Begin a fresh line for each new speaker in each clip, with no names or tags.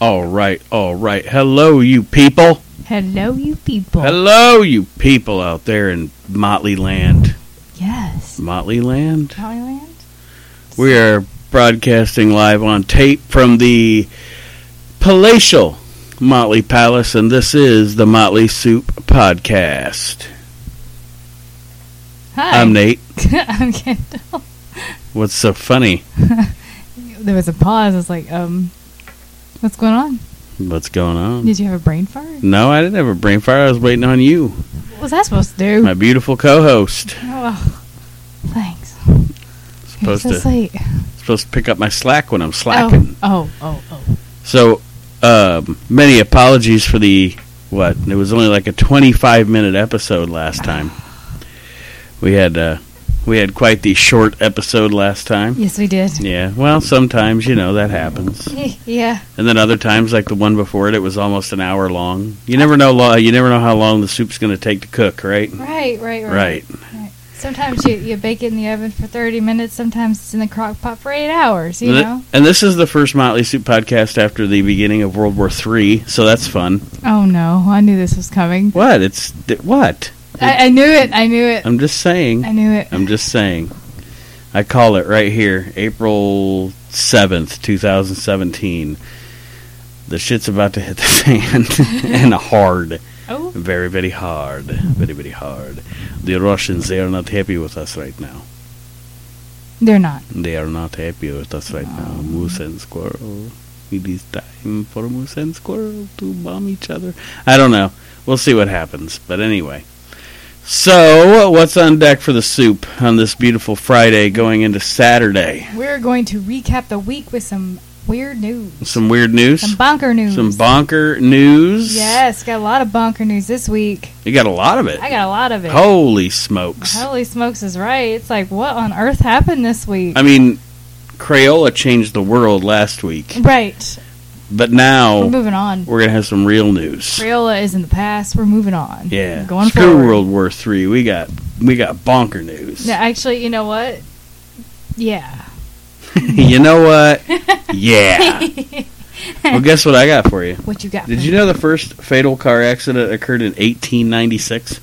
All right, all right. Hello, you people.
Hello, you people.
Hello, you people out there in Motley Land.
Yes.
Motley Land?
Thailand?
We are broadcasting live on tape from the palatial Motley Palace, and this is the Motley Soup Podcast.
Hi.
I'm Nate.
I'm Kendall.
What's so funny?
There was a pause. I was like, um, what's going on?
What's going on?
Did you have a brain fart?
No, I didn't have a brain fire. I was waiting on you,
What was I supposed to do?
my beautiful co-host.
Oh, thanks.
Supposed
it's just
to
like,
supposed to pick up my slack when I'm slacking.
Oh, oh, oh, oh.
So, um, many apologies for the what? It was only like a 25 minute episode last time. We had uh, we had quite the short episode last time.
Yes, we did.
Yeah. Well, sometimes you know that happens,
yeah.
and then other times, like the one before it, it was almost an hour long. You never know. Lo- you never know how long the soup's going to take to cook, right?
Right, right, right.
Right.
Sometimes you, you bake it in the oven for 30 minutes. Sometimes it's in the crock pot for eight hours, you
and, thi-
know?
and this is the first Motley Soup podcast after the beginning of World War Three, so that's fun.
Oh, no. I knew this was coming.
What? It's th- what?
I, I knew it. I knew it.
I'm just saying.
I knew it.
I'm just saying. I call it right here, April 7th, 2017. The shit's about to hit the fan. and hard.
Oh,
Very, very hard. Very, very hard. The Russians, they are not happy with us right now.
they're not.
They are not happy with us right now. Moose and squirrel. It is time for moose and squirrel to bomb each other. I don't know. We'll see what happens. But anyway. So, what's on deck for the soup on this beautiful Friday going into Saturday?
We're going to recap the week with some weird news.
Some weird news?
Some bonker news.
Some bonker news?
Yes, got a lot of bonker news this week.
You got a lot of it.
I got a lot of it.
Holy smokes.
Holy smokes is right. It's like, what on earth happened this week?
I mean, Crayola changed the world last week.
right.
But
We're
now
moving on.
we're going to have some real news.
Crayola is in the past. We're moving on.
Yeah.
Going
Screw
forward.
World War Three. We got we got bonker news.
No, actually, you know what? Yeah.
you know what? Yeah. well, guess what I got for you.
What you got?
Did
for
you
me?
know the first fatal car accident occurred in 1896?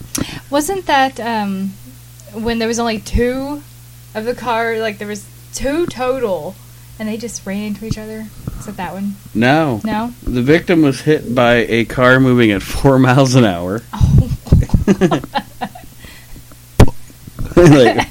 Wasn't that um, when there was only two of the car? Like there was two total, and they just ran into each other. Is that that one?
No.
No.
The victim was hit by a car moving at four miles an hour. Like,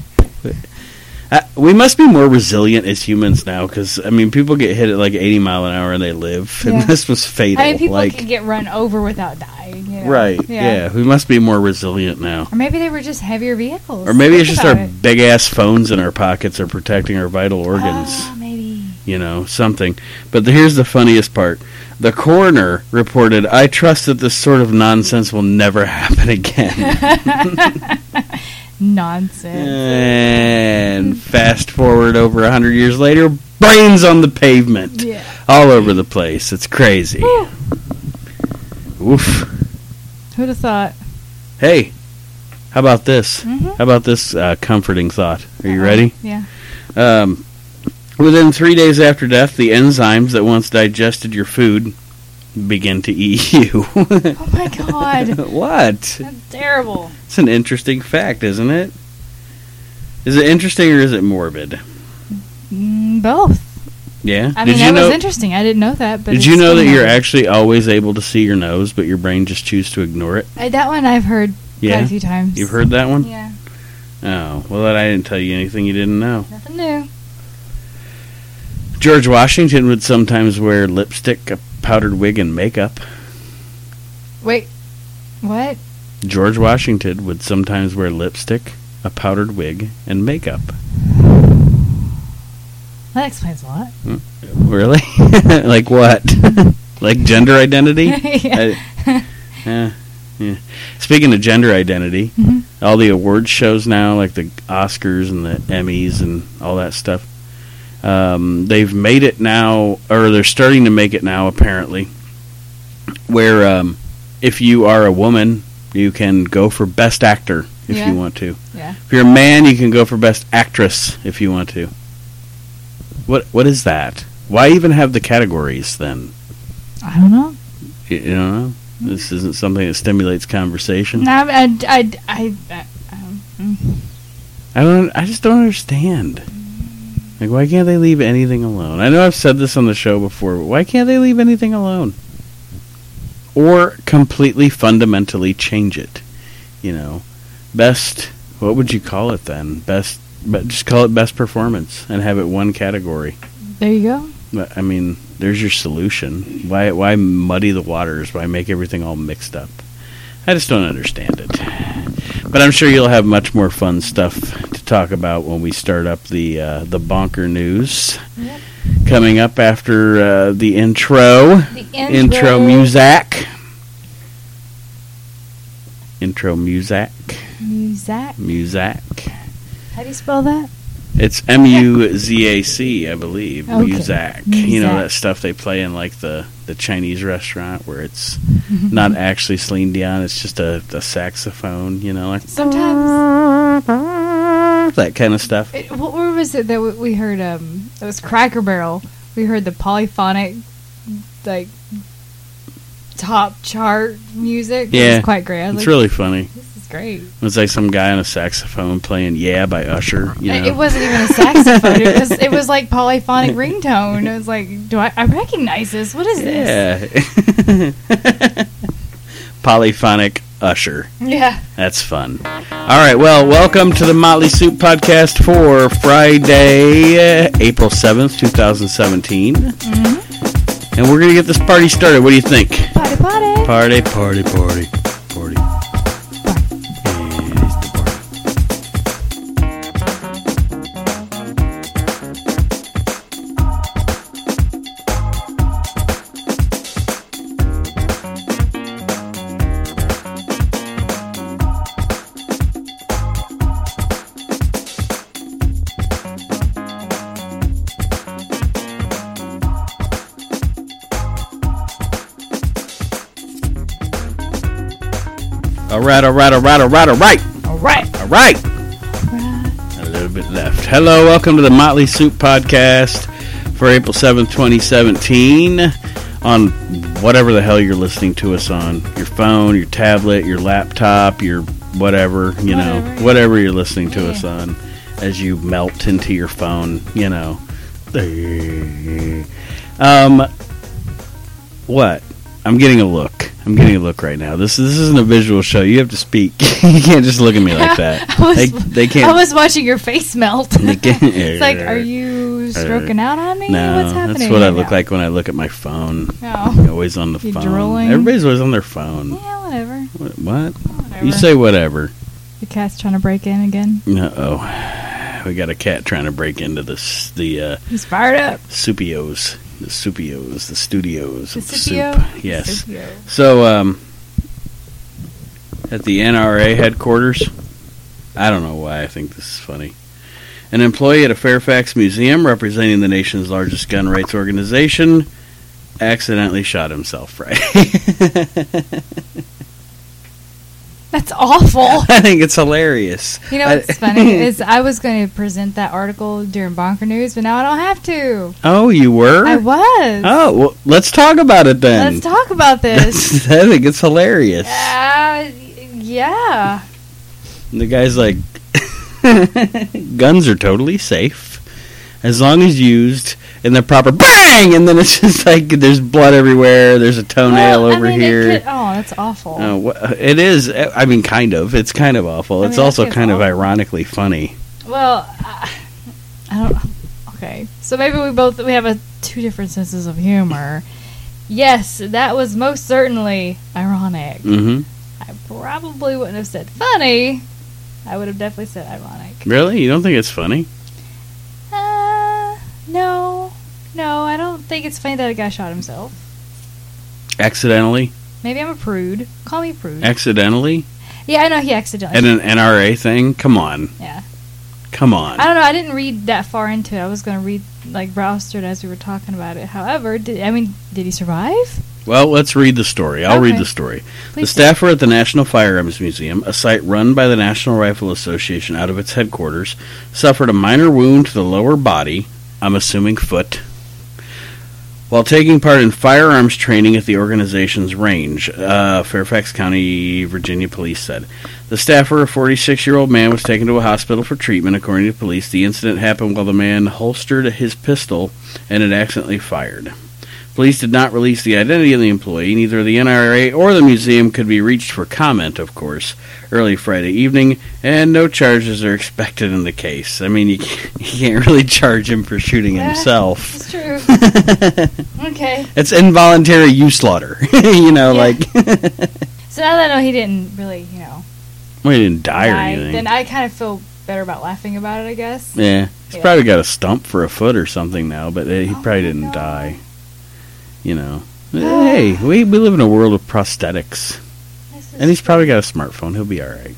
uh, we must be more resilient as humans now, because I mean, people get hit at like 80 mile an hour and they live,
Yeah.
and this was fatal.
I mean, people
like,
can get run over without dying. You know?
right? yeah, we must be more resilient now.
Or maybe they were just heavier vehicles.
Or maybe
Think
it's just our
about it.
big ass phones in our pockets are protecting our vital organs,
Ah, maybe.
you know, something. But the, here's the funniest part. The coroner reported, I trust that this sort of nonsense will never happen again.
Nonsense.
and fast forward over 100 years later, brains on the pavement.
Yeah.
All over the place. It's crazy.
Whew.
Oof.
Who'd have thought?
Hey, how about this?
Mhm.
How about this uh, comforting thought? Are you
Uh-oh.
ready?
Yeah.
Um, within three days after death, the enzymes that once digested your food begin to eat you.
Oh my god.
what?
That's terrible.
It's an interesting fact, isn't it? Is it interesting or is it morbid?
Mm, both.
Yeah.
I
did
mean,
you
that
know?
was interesting. I didn't know that. But
did
it's
you know
still
that you're
not-
actually always able to see your nose, but your brain just choose to ignore it?
I- that one I've heard quite
Yeah.
a few times.
You've heard that one?
Yeah.
Oh, well, then I didn't tell you anything you didn't know.
Nothing new.
George Washington would sometimes wear lipstick, a powdered wig, and makeup.
Wait. What?
George Washington would sometimes wear lipstick, a powdered wig, and makeup.
That explains a lot.
Really? like what? like gender identity?
Yeah.
I- yeah, yeah. Speaking of gender identity,
Mhm.
all the award shows now, like the Oscars and the Emmys and all that stuff, um, they've made it now, or they're starting to make it now, apparently, where um, if you are a woman, you can go for Best Actor if
Yeah.
you want to.
Yeah.
If you're a man, you can go for Best Actress if you want to. What What is that? Why even have the categories then?
I don't know.
You you know, this isn't something that stimulates conversation.
No, I, I, I, I, um, mm.
I don't. I just don't understand. Like, why can't they leave anything alone? I know I've said this on the show before, but why can't they leave anything alone? Or completely fundamentally change it? You know, best. What would you call it then? Best. But just call it best performance and have it one category.
there you go.
But, I mean, there's your solution. Why why muddy the waters? Why make everything all mixed up? I just don't understand it. But I'm sure you'll have much more fun stuff to talk about when we start up the uh, the bonker news
Yep.
coming up after uh, the intro
The
intro
intro,
music intro music
Muzak.
music
How do you spell that?
it's M U Z A C, I believe.
Okay.
Muzak. You know
Muzak.
that stuff they play in like the, the Chinese restaurant where it's
Mm-hmm.
not actually Celine Dion, it's just a, a saxophone, you know, like
Sometimes.
that kind of stuff.
It, what where was it that we- we heard? Um, it was Cracker Barrel. We heard the polyphonic, like, top chart music. It
Yeah.
was quite great. I was
It's
like,
really funny.
This is great.
It's like some guy on a saxophone playing "Yeah" by Usher. You
I-
know,
It wasn't even a saxophone. it was it was like polyphonic ringtone. It was like, do I, I recognize this? What is this?
yeah. Polyphonic Usher.
Yeah.
That's fun. All right. Well, welcome to the Motley Soup Podcast for Friday, uh, April 7th, 2017. And we're going to get this party started. What do you think?
Potty potty.
Party, party, party, party. It's the party. All right, all right, all right, all right, all right,
All right.
all right. A little bit left. Hello, welcome to the Motley Soup Podcast for April 7th, 2017. On whatever the hell you're listening to us on your phone, your tablet, your laptop, your whatever, you know,
Whatever.
whatever you're listening to
Yeah.
us on as you melt into your phone, you know. Um, what? I'm getting a look. I'm getting a look right now. This this isn't a visual show. You have to speak. you can't just look at me like that.
I was,
They, they can't.
I was watching your face melt.
They can't-
it's like, are you stroking out on me?
No,
What's happening?
that's what I
right
look
now?
like when I look at my phone.
No.
Always on the
You
phone.
drooling?
Everybody's always on their phone.
Yeah, whatever.
What? what?
whatever.
You say whatever.
the cat's trying to break in again.
Uh oh. We got a cat trying to break into this the uh,
He's fired up.
Supios, the Supios, the studios
The
of the
Scipio.
soup. Yes.
Scipio.
So, um, at the NRA headquarters, I don't know why I think this is funny. An employee at a Fairfax museum representing the nation's largest gun rights organization accidentally shot himself Friday.
That's awful.
I think it's hilarious.
You know
I-
what's funny is I was going to present that article during Bonker News, but now I don't have to.
Oh, you were?
I was.
oh, well, let's talk about it then.
Let's talk about this.
I think it's hilarious.
uh, yeah.
And the guy's like, guns are totally safe as long as used in the proper bang. And then it's just like there's blood everywhere. There's a toenail
Well, I
over
mean, it
here.
could- oh, that's awful.
Uh, wha- it is. uh, I mean, kind of. It's kind of awful.
I
it's
mean, I
also
think it's
kind of
awful.
ironically funny.
Well, I, I don't. Okay, so maybe we both we have a two different senses of humor. yes, that was most certainly ironic.
hmm
I probably wouldn't have said funny. I would have definitely said ironic.
Really, you don't think it's funny?
Uh, no, no, I don't think it's funny that a guy shot himself.
Accidentally,
Maybe I'm a prude. Call me a prude.
accidentally,
yeah, I know he accidentally.
at an NRA thing. Come on,
yeah.
come on.
I don't know. I didn't read that far into it. I was going to read like browse through it as we were talking about it. However, did, I mean, did he survive?
Well, let's read the story. I'll read
Okay.
the story. The
Please
staff were at the National Firearms Museum, a site run by the National Rifle Association out of its headquarters, suffered a minor wound to the lower body, I'm assuming foot, while taking part in firearms training at the organization's range, uh, Fairfax County, Virginia police said. The staffer, a 46 year old man, was taken to a hospital for treatment, according to police. The incident happened while the man holstered his pistol and it accidentally fired. Police did not release the identity of the employee. Neither the NRA or the museum could be reached for comment, of course, early Friday evening, and no charges are expected in the case. I mean, you can't, you can't really charge him for shooting
Yeah.
himself.
It's true. okay.
It's involuntary you slaughter. you know,
Yeah.
like well,
So now that I know he didn't really, you know,
he didn't die or
die,
anything.
then I kind of feel better about laughing about it, I guess.
yeah, he's
Yeah.
probably got a stump for a foot or something now, but uh, he
Oh
probably
my
didn't
God.
die. You know, hey, we we live in a world of prosthetics,
This is-
and he's probably got a smartphone. He'll be all right.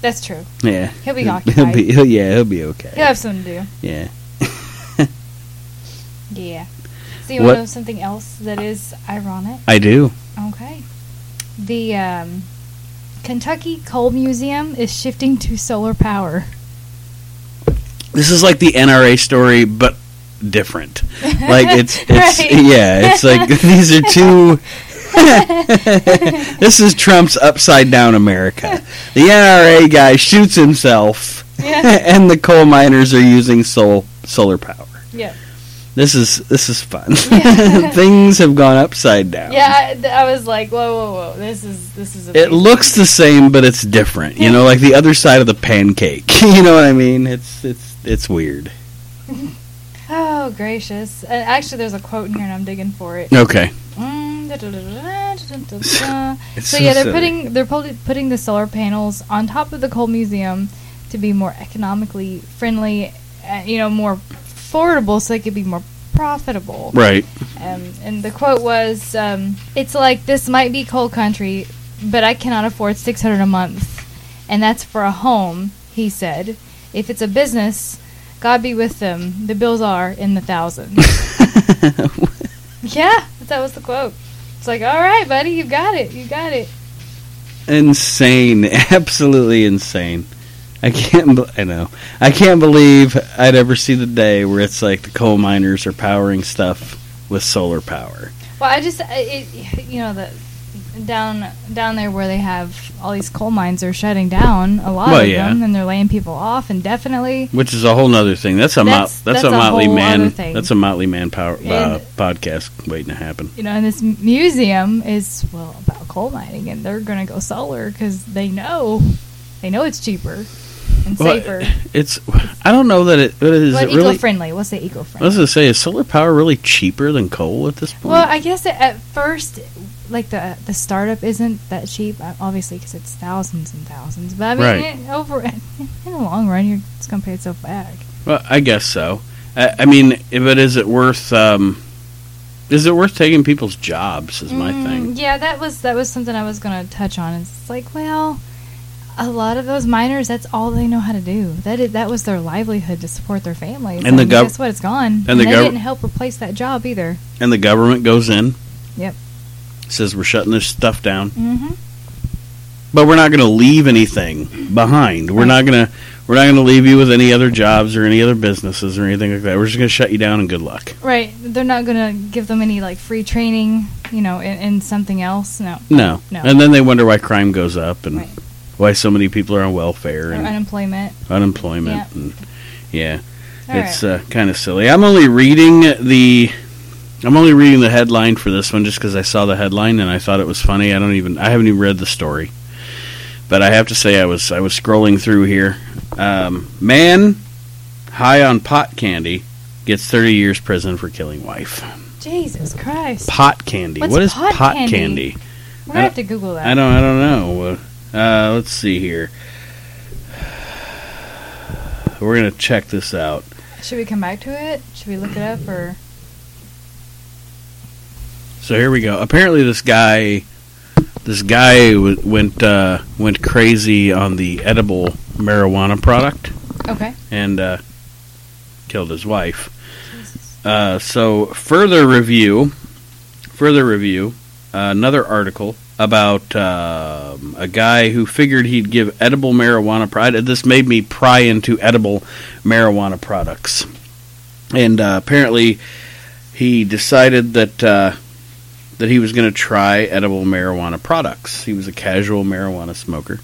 That's true.
Yeah,
He'll be
He'll
occupied.
be, he'll- yeah, he'll be okay.
He'll have something to
Yeah.
do. Yeah. So you want
What-
to know something else that is ironic?
I do.
Okay. The um, Kentucky Coal Museum is shifting to solar power.
This is like the NRA story, but different. Like it's it's
Right.
yeah, it's like these are two. this is Trump's upside down America. The NRA guy shoots himself,
Yeah.
and the coal miners are using sol- solar power.
Yeah.
This is this is fun.
Yeah.
Things have gone upside down.
Yeah, I, th- I was like, whoa, whoa, whoa. This is this is.
It
amazing.
looks the same, but it's different. You know, like the other side of the pancake. you know what I mean? It's it's it's weird.
Oh gracious! And actually, there's a quote in here, and I'm digging for it.
Okay.
Mm, da-da-da-da-da, da-da-da-da.
It's
so yeah, they're
silly.
putting they're probably putting the solar panels on top of the coal museum to be more economically friendly, uh, you know, more affordable, so they could be more profitable.
right.
Um, and the quote was, um, "It's like this might be coal country, but I cannot afford six hundred a month, and that's for a home." He said, "If it's a business, God be with them. The bills are in the thousands." yeah, that was the quote. It's like, all right, buddy, you got it, you got it.
insane, absolutely insane. I can't. bel I know. I can't believe I'd ever see the day where it's like the coal miners are powering stuff with solar power.
Well, I just, I- it, you know, the down down there where they have all these coal mines are shutting down a lot
Well,
of
yeah.
them, and they're laying people off indefinitely.
Which is a whole nother thing. That's a
That's-
mo- that's,
that's
a,
a
motley
whole
man.
other thing.
That's a motley man power uh,
And-
podcast waiting to happen.
you know, and this m- museum is well about coal mining, and they're going to go solar because they know they know it's cheaper and
Well,
safer,
It's. I don't know that it. But is
but
it really?
eco-friendly. We'll say
I was
eco-friendly.
gonna say, is solar power really cheaper than coal at this point?
Well, I guess at- at first, like the the startup isn't that cheap, uh, obviously, because it's thousands and thousands. But I mean,
Right.
in- over in the long run, you're it's going to pay itself back.
Well, I guess so. I, I mean, if it is it worth? Um, is it worth taking people's jobs? Is my
Mm,
thing.
Yeah, that was that was something I was going to touch on. It's like, well, a lot of those miners, that's all they know how to do. That is, that was their livelihood to support their families.
And the gov-
guess what? It's gone. And,
the
they
gov-
didn't help replace that job either.
And the government goes in.
Yep.
Says we're shutting this stuff down,
Mm-hmm.
but we're not going to leave anything behind. We're not going to. We're not going to leave you with any other jobs or any other businesses or anything like that. We're just going to shut you down and good luck.
Right. They're not going to give them any like free training, you know, in, in something else. No.
No.
No.
And then they wonder why crime goes up and
Right.
why so many people are on welfare
Or
and
unemployment.
unemployment
uh, Yeah.
and yeah.
All right.
it's uh, kind of silly. I'm only reading the. I'm only reading the headline for this one just because I saw the headline and I thought it was funny. I don't even. I haven't even read the story, but I have to say I was. I was scrolling through here. Um, man high on pot candy gets 30 years prison for killing wife.
Jesus Christ.
Pot candy.
What's
what is pot,
pot
candy?
candy? We're going to have to Google that.
I don't. I don't know. Uh, let's see here. We're gonna check this out.
Should we come back to it? Should we look it up or?
So here we go. Apparently, this guy, this guy w- went uh, went crazy on the edible marijuana product
Okay.
and uh, killed his wife. Uh, so further review, further review, uh, another article about um, a guy who figured he'd give edible marijuana. Pri- this made me pry into edible marijuana products, and uh, apparently. he decided that uh, that he was going to try edible marijuana products. He was a casual marijuana smoker,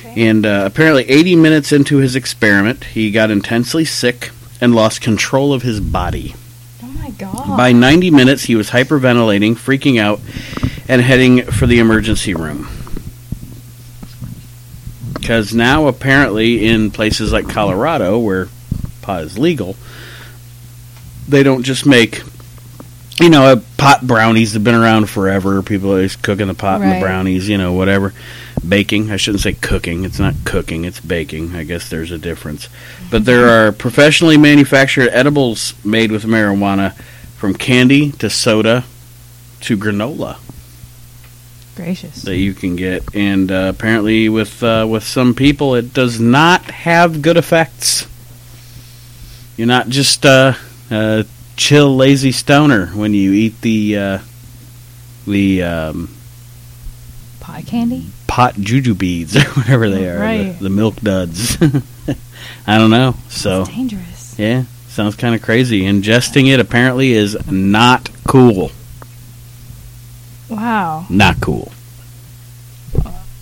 Okay.
and uh, apparently, 80 minutes into his experiment, he got intensely sick and lost control of his body.
Oh my god.
By 90 minutes, he was hyperventilating, freaking out, and heading for the emergency room. Because now, apparently, in places like Colorado, where pot is legal, they don't just make, you know, uh, pot brownies have been around forever. People are always cooking the pot and the
Right.
brownies, you know, whatever. Baking. I shouldn't say cooking. It's not cooking, it's baking. I guess there's a difference. But there are professionally manufactured edibles made with marijuana from candy to soda to granola
Gracious.
that you can get. And uh, apparently, with, uh, with some people, it does not have good effects. You're not just uh, a chill, lazy stoner when you eat the, uh, the um,
Pot candy?
pot juju beads or whatever they are, the-
Right.
the, milk duds. I don't know. So.
It's dangerous.
Yeah, sounds kind of crazy. Ingesting it apparently is not cool.
Wow.
Not cool.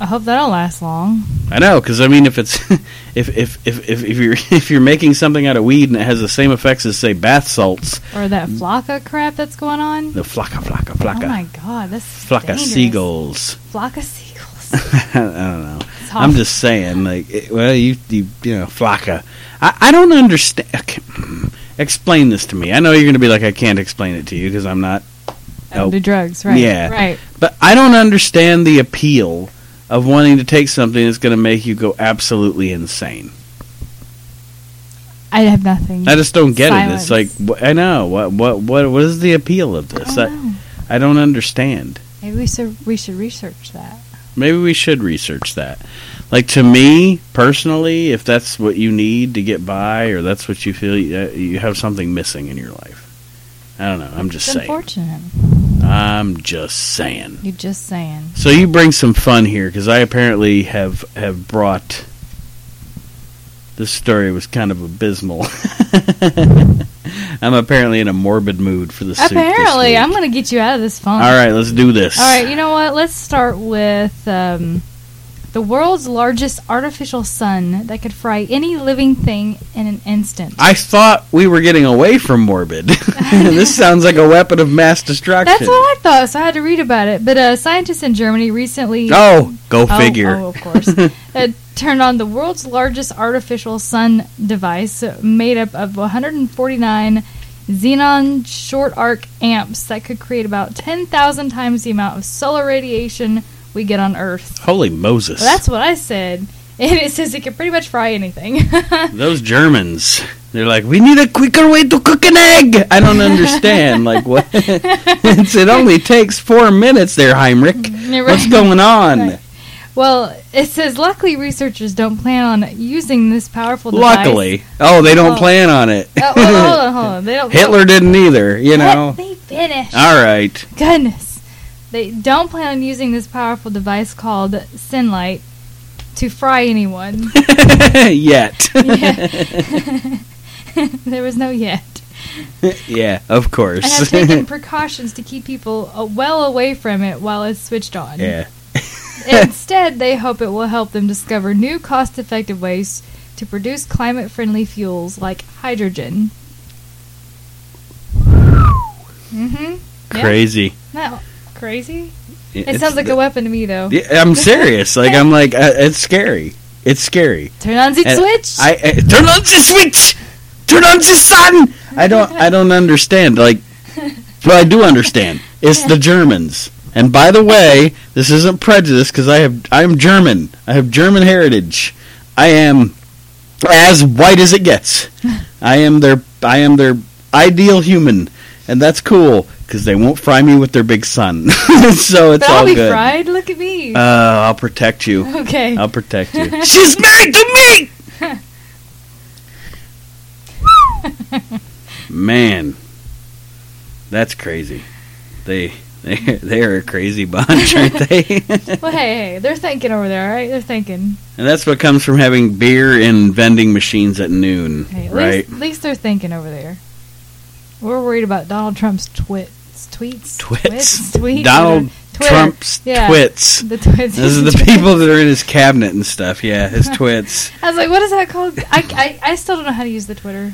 I hope that don't last long.
I know, because I mean, if it's if, if if if if you're if you're making something out of weed and it has the same effects as say bath salts,
Or that flocka crap that's going on.
the flocka flocka Mm. flocka
Oh my god, that's
flocka
dangerous.
seagulls.
Flocka seagulls.
I don't know.
It's
I'm
awful.
just saying, like, it, well, you you you know, flocka. I I don't understand. Okay. hmm, Explain this to me. I know you're going to be like, I can't explain it to you because I'm not
I don't
nope.
do drugs, right?
oh, Yeah.
Right.
But I don't understand the appeal of wanting to take something that's going to make you go absolutely insane.
I have nothing.
I just don't get it.
Silence.
It's like wh- I know what what what what is the appeal of
I
this?
don't
I,
know.
I don't understand.
Oh, Maybe we should we should research that.
Maybe we should research that. Like to me personally, if that's what you need to get by, or that's what you feel you, uh, you have something missing in your life. I don't know. I'm just
It's
saying.
unfortunate.
I'm just saying.
You're just saying.
So you bring some fun here because I apparently have have brought. This story was kind of abysmal. I'm apparently in a morbid mood for the soup this
Apparently,
week.
I'm gonna get you out of this phone.
All right, let's do this.
All right, you know what? Let's start with um, the world's largest artificial sun that could fry any living thing in an instant.
I thought we were getting away from morbid. this sounds like a weapon of mass destruction.
That's what I thought, so I had to read about it. But uh, scientists in Germany recently
Oh, go
Oh,
figure.
oh, of course, uh, turned on the world's largest artificial sun device uh, made up of 149 xenon short arc amps that could create about 10,000 times the amount of solar radiation we get on Earth.
Holy Moses.
Well, that's what I said. And it says it can pretty much fry anything.
Those Germans. They're like, we need a quicker way to cook an egg. I don't understand. like, what? it's, it only takes four minutes there, Heinrich.
You're
What's
right.
going on?
Right. Well, it says luckily researchers don't plan on using this powerful device.
Luckily. Oh, they don't
Oh.
plan on it.
Oh, well, hold on, hold on. They don't,
Hitler didn't either, you
Let
know?
me finish.
All right.
Goodness. They don't plan on using this powerful device called Sinlight to fry anyone.
Yet.
there was no yet.
yeah, of
I have
course.
taken precautions to keep people uh, well away from it while it's switched on.
yeah.
Instead, they hope it will help them discover new cost effective ways to produce climate friendly fuels like hydrogen. Mm hmm.
Crazy.
Not crazy?
It,
It sounds like a weapon to me, though.
Yeah, I'm serious. Like, I'm like, uh, it's scary. It's scary.
Turn on the
And
switch!
I, I turn on the switch. Turn on the sun. I don't. I don't understand. Like, but I do understand. It's the Germans. And by the way, this isn't prejudice because I have. I'm German. I have German heritage. I am as white as it gets. I am their. I am their ideal human, and that's cool because they won't fry me with their big sun. so it's
but
all
I'll be
good.
fried? Look at me!
Uh, I'll protect you.
okay.
I'll protect you. She's married to me. Man, that's crazy. They they they are a crazy bunch, aren't they?
well, hey, hey, they're thinking over there, alright? They're thinking.
and that's what comes from having beer in vending machines at noon,
Hey, at,
right?
least, at least they're thinking over there. We're worried about Donald Trump's twits. Tweets.
Twits.
tweets,
Donald
Twitter.
Trump's
Yeah.
twits.
The twits.
Those are the people that are in his cabinet and stuff. Yeah, his twits.
I was like, what is that called? I, I, I still don't know how to use the Twitter.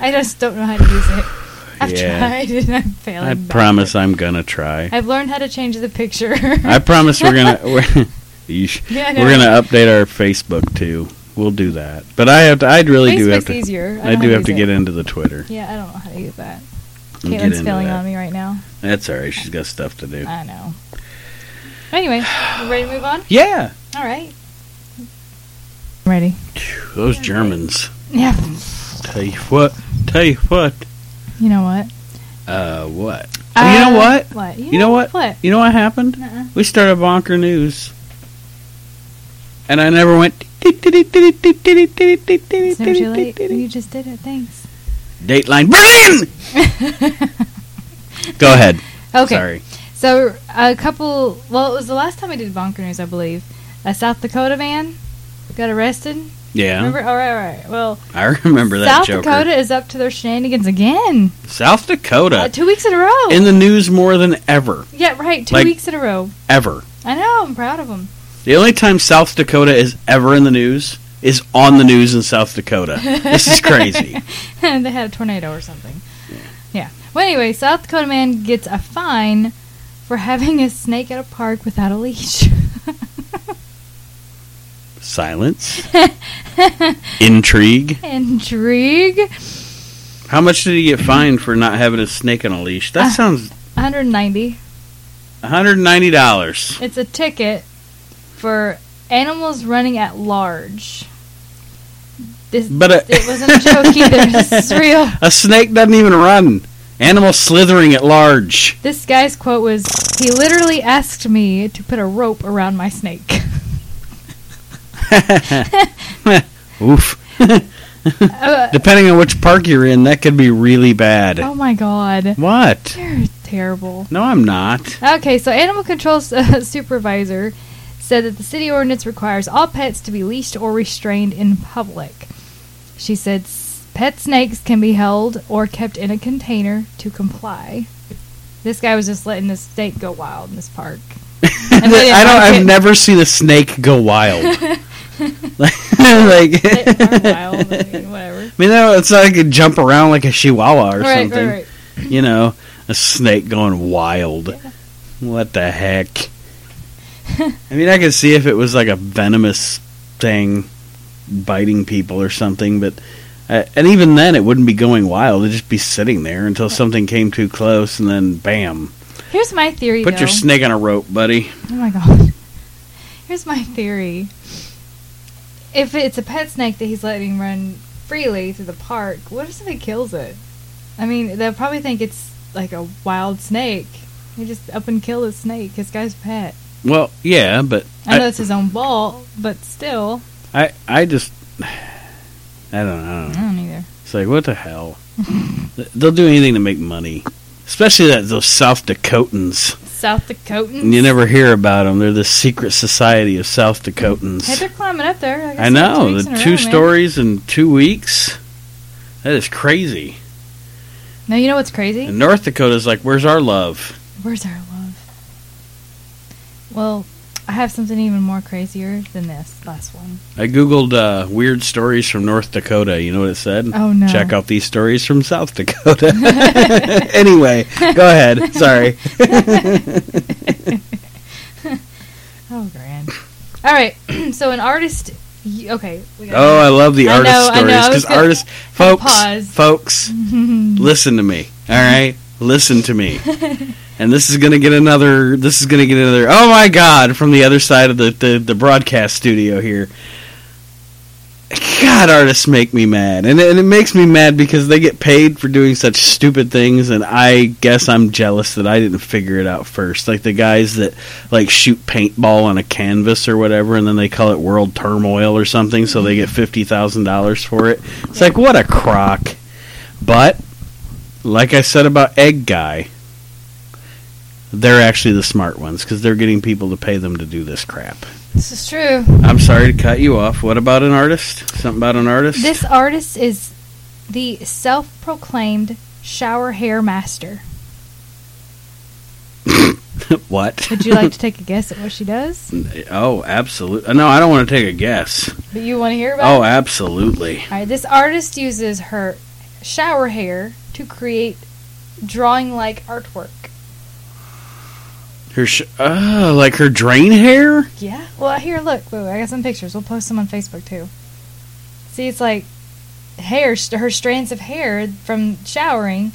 I just don't know how to use it. I've
Yeah.
tried and I'm failing.
I
badly.
promise I'm gonna try.
I've learned how to change the picture.
I promise we're gonna we're, Yeesh.
Yeah, I know.
we're gonna update our Facebook too. We'll do that. But I have to. I'd really do have
Facebook's
to.
easier. I
I,
don't
do
know
have
how
to
to
get
use
into the Twitter.
Yeah, I don't know how to use that.
and get
Caitlin's
into
failing
that.
on me right now.
That's all right. She's got stuff to do.
I know. Anyway, we ready to move on?
Yeah.
All right. I'm ready.
Those Germans.
Yeah.
Tell you what. Tell you what.
You know what?
Uh, what? Oh, you know
Uh,
what?
What?
You know what?
What?
You know what happened?
Nuh-uh.
We started Bonker News, and I never went. It's
It's never too late. You just did it. Thanks.
Dateline Berlin. Go ahead.
Okay.
Sorry.
So a couple. Well, it was the last time I did Bonker News, I believe. A South Dakota man got arrested.
Yeah,
Remember? All right, all right. Well,
I remember that
South
Joker.
Dakota is up to their shenanigans again.
South
Uh,
Dakota
two weeks in a row.
in the news more than ever,
yeah, right. Two
like-
weeks in a row.
ever.
I know. I'm proud of them.
The only time South Dakota is ever in the news is on the news in South Dakota. This is crazy.
they had a tornado or something. Yeah. Well, anyway, South Dakota man gets a fine for having a snake at a park without a leash.
Silence, intrigue.
Intrigue.
How much did he get fined for not having a snake on a leash? That
Uh.
sounds
190.
one hundred ninety dollars.
It's a ticket for animals running at large. This,
But uh, a-
it wasn't a joke either. This is real.
A snake doesn't even run. Animal slithering at large.
This guy's quote was, "He literally asked me to put a rope around my snake."
Oof.
Uh,
Depending on which park you're in, that could be really bad.
oh my god,
What?
you're terrible.
No, I'm not.
Okay, so animal control s- uh, supervisor said that the city ordinance requires all pets to be leashed or restrained in public. She said s- pet snakes can be held or kept in a container to comply. This guy was just letting the snake go wild in this park. And they didn't
I don't.
like
I've
it.
never seen a snake go wild. like, like-
They are wild, I
I
mean, whatever.
mean, no, it's not like it jump around like a chihuahua or
right,
something.
right, right.
You know, a snake going wild. What the heck? I mean, I could see if it was like a venomous thing biting people or something, but uh, and even then, it wouldn't be going wild. It'd just be sitting there until something came too close, and then bam!
Here's my theory.
Put your
though.
snake on a rope, buddy.
Oh my god. Here's my theory. If it's a pet snake that he's letting run freely through the park, what if somebody kills it? I mean, they'll probably think it's like a wild snake. They just up and kill the snake, his guy's pet.
Well, yeah, but
I know
I-
it's his own fault, but still.
I I just I don't know. I don't
I
know.
don't either.
It's like what the hell? Th- They'll do anything to make money, especially that those South Dakotans.
South Dakotans.
You never hear about them. They're the secret society of South
Hey,
Dakotans.
they're climbing up there. Like
I
said,
know
weeks
the
in a row,
two
man.
stories in two weeks. That is crazy.
No, you know what's crazy?
And North Dakota's like, where's our love?
Where's our love? Well, I have something even more crazier than this last one.
I googled uh, weird stories from North Dakota. You know what it said?
Oh no!
Check out these stories from South Dakota. anyway, go ahead. Sorry.
Oh, grand. All right. so an artist. y- Okay. We
Oh, I love the
I
artist
know, I know,
stories
I was
because
gonna-
artists, folks,
pause.
folks, listen to me. All right, listen to me. And this is gonna get another. This is gonna get another. Oh my God! From the other side of the the, the broadcast studio here. God, artists make me mad, and it, and it makes me mad because they get paid for doing such stupid things, and I guess I'm jealous that I didn't figure it out first. Like the guys that like shoot paintball on a canvas or whatever, and then they call it world turmoil or something, so they get fifty thousand dollars for it. It's like what a crock. But like I said about Egg Guy, they're actually the smart ones because they're getting people to pay them to do this crap.
this is true.
I'm sorry to cut you off. What about an artist? Something about an artist?
This artist is the self-proclaimed shower hair master.
what?
Would you like to take a guess at what she does?
Oh, absolutely. No, I don't want to take a guess.
But you want to hear about?
Oh, absolutely.
All right, this artist uses her shower hair to create drawing-like artwork.
Her sh- uh, like her drain hair?
Yeah. Well, here, look. Wait, wait, I got some pictures. We'll post them on Facebook too. See, it's like hair, st- her strands of hair from showering.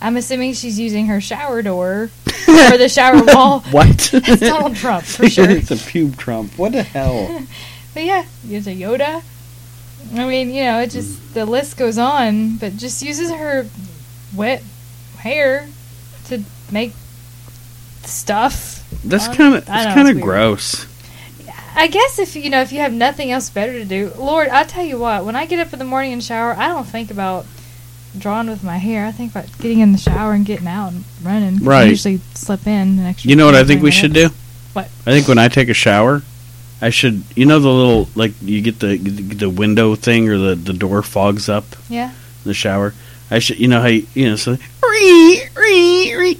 I'm assuming she's using her shower door or the shower wall.
What?
It's Donald Trump for sure.
it's a pube Trump. What the hell?
But yeah, use a Yoda. I mean, you know, it just the list goes on. But just uses her wet hair to make stuff.
That's
Um,
kind of
I know,
that's kind of
it's weird.
gross.
I guess if you know if you have nothing else better to do, Lord, I tell you what. When I get up in the morning and shower, I don't think about drawing with my hair. I think about getting in the shower and getting out and running. 'cause I
Right.
usually slip in an extra.
You know what I
20
think we
minutes.
should do?
What?
I think when I take a shower, I should you know the little like you get the the window thing or the the door fogs up
Yeah.
in the shower. I should you know how you, you know so ree, ree, ree.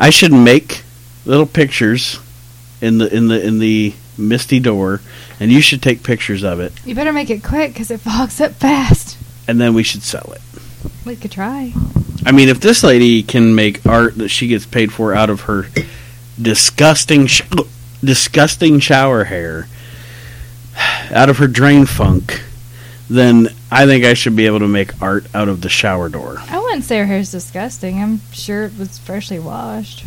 I should make little pictures in the in the in the misty door and you should take pictures of it
You better make it quick because it fogs up fast.
and then we should sell it.
We could try.
I mean, if this lady can make art that she gets paid for out of her disgusting, sh- disgusting shower hair, out of her drain funk, then I think I should be able to make art out of the shower door.
I wouldn't say her hair's disgusting. I'm sure it was freshly washed.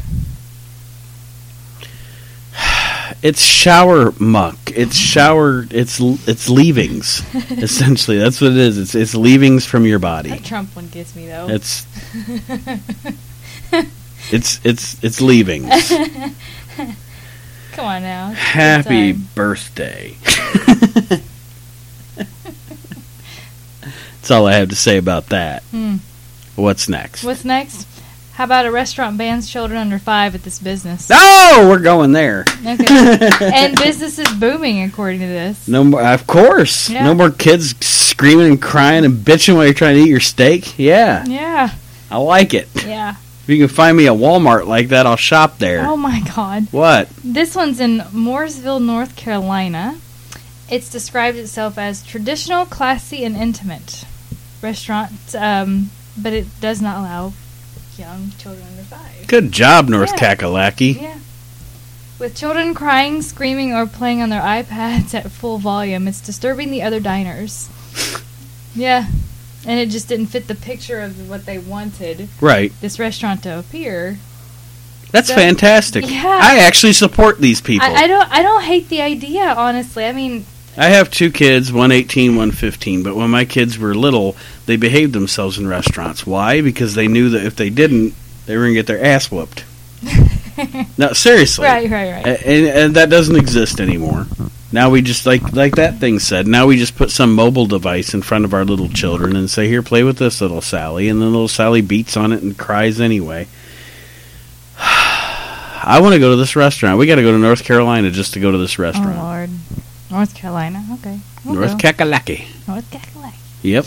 It's shower muck. It's shower. It's l- it's leavings. essentially, that's what it is. It's it's leavings from your body.
That Trump one gets me though.
It's it's it's it's leavings.
Come on now. It's a good
Happy
time.
birthday. That's all I have to say about that.
Hmm.
What's next?
What's next? How about a restaurant bans children under five at this business?
Oh, we're going there.
Okay. and business is booming according to this.
No more, of course.
Yeah.
No more kids screaming and crying and bitching while you're trying to eat your steak. Yeah,
Yeah.
I like it.
Yeah.
If you can find me a Walmart like that, I'll shop there.
Oh my god.
What?
This one's in Mooresville, North Carolina. It's described itself as traditional, classy, and intimate restaurant, um, but it does not allow young children under five.
Good job, North
Yeah.
Kakalaki.
Yeah. With children crying, screaming, or playing on their iPads at full volume, it's disturbing the other diners. yeah. And it just didn't fit the picture of what they wanted
Right.
this restaurant to appear.
That's
So-
fantastic.
Yeah.
I actually support these people.
I, I don't I don't hate the idea, honestly. I mean
I have two kids, one 18, one 15, but when my kids were little, they behaved themselves in restaurants. Why? Because they knew that if they didn't, they were going to get their ass whooped. no, seriously.
Right, right, right.
A- And, and that doesn't exist anymore. Now we just like like that thing said. Now we just put some mobile device in front of our little children and say, "Here, play with this little Sally," and then little Sally beats on it and cries anyway. I want to go to this restaurant. We got to go to North Carolina just to go to this
oh
restaurant.
Lord. North Carolina. Okay. We'll
North
go.
Kakalaki.
North Carolina.
Yep.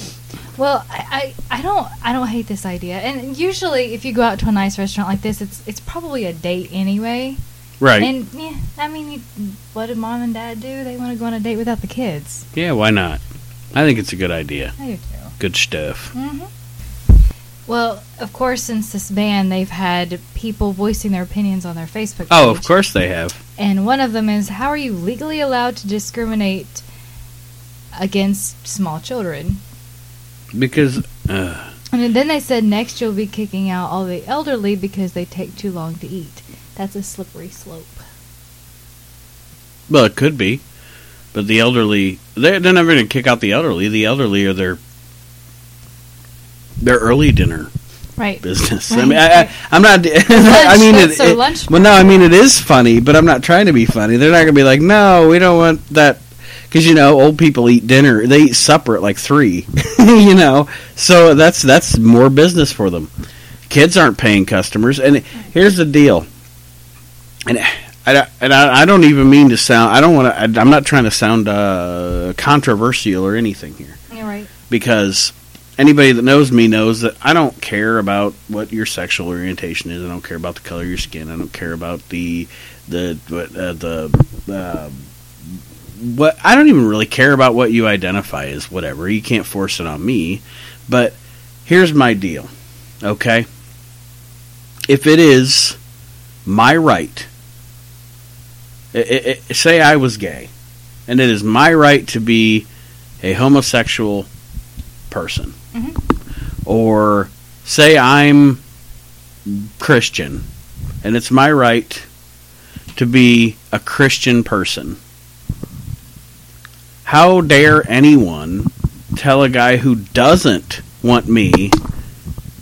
Well, I, I, I don't I don't hate this idea. And usually if you go out to a nice restaurant like this it's it's probably a date anyway.
Right.
And yeah, I mean, you, what did mom and dad do? They want to go on a date without the kids.
yeah, why not? I think it's a good idea.
I do too.
Good stuff.
hmm Well, of course, since this ban, they've had people voicing their opinions on their Facebook.
Oh, of
page.
course they have.
And one of them is, how are you legally allowed to discriminate against small children?
Because uh,
And then they said next you'll be kicking out all the elderly because they take too long to eat. That's a slippery slope.
well, it could be, but the elderly they're, they're never going to kick out the elderly. The elderly are their their early dinner
Right.
business. I
Right.
mean, I, I, I'm not. I mean,
that's
it,
their
it-
lunch
well, no, I mean it is funny, but I'm not trying to be funny. They're not going to be like, no, we don't want that. Because you know, old people eat dinner; they eat supper at like three. you know, so that's that's more business for them. Kids aren't paying customers, and here's the deal. And I don't- and I, I don't even mean to sound. I don't want to. I'm not trying to sound uh, controversial or anything here
You're right.
because anybody that knows me knows that I don't care about what your sexual orientation is. I don't care about the color of your skin. I don't care about the the what, uh, the uh, what. I don't even really care about what you identify as. Whatever you can't force it on me. But here's my deal, okay? If it is my right, i i i say I was gay, and it is my right to be a homosexual person,
Mhm.
or say I'm Christian, and it's my right to be a Christian person. How dare anyone tell a guy who doesn't want me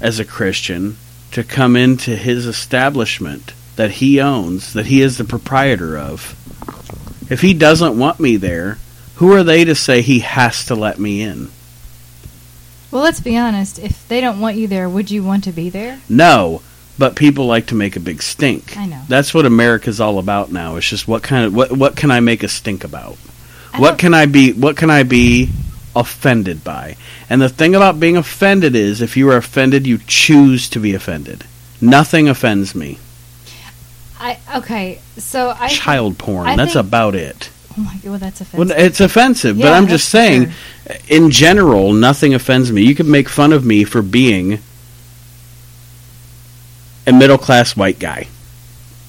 as a Christian to come into his establishment that he owns, that he is the proprietor of? If he doesn't want me there, who are they to say he has to let me in?
Well, let's be honest. If they don't want you there, would you want to be there?
No, but people like to make a big stink.
I know.
That's what America's all about now. It's just what kind of what what can I make a stink about?
I
what
don't-
can I be what can I be offended by? And the thing about being offended is if you are offended, you choose to be offended. Nothing offends me.
I okay. So I.
Child porn.
I
that's
think-
about it.
Oh my god, well, that's offensive.
Well, it's offensive, but
Yeah,
I'm
that's
just saying,
for
in general, nothing offends me. You could make fun of me for being a middle class white guy.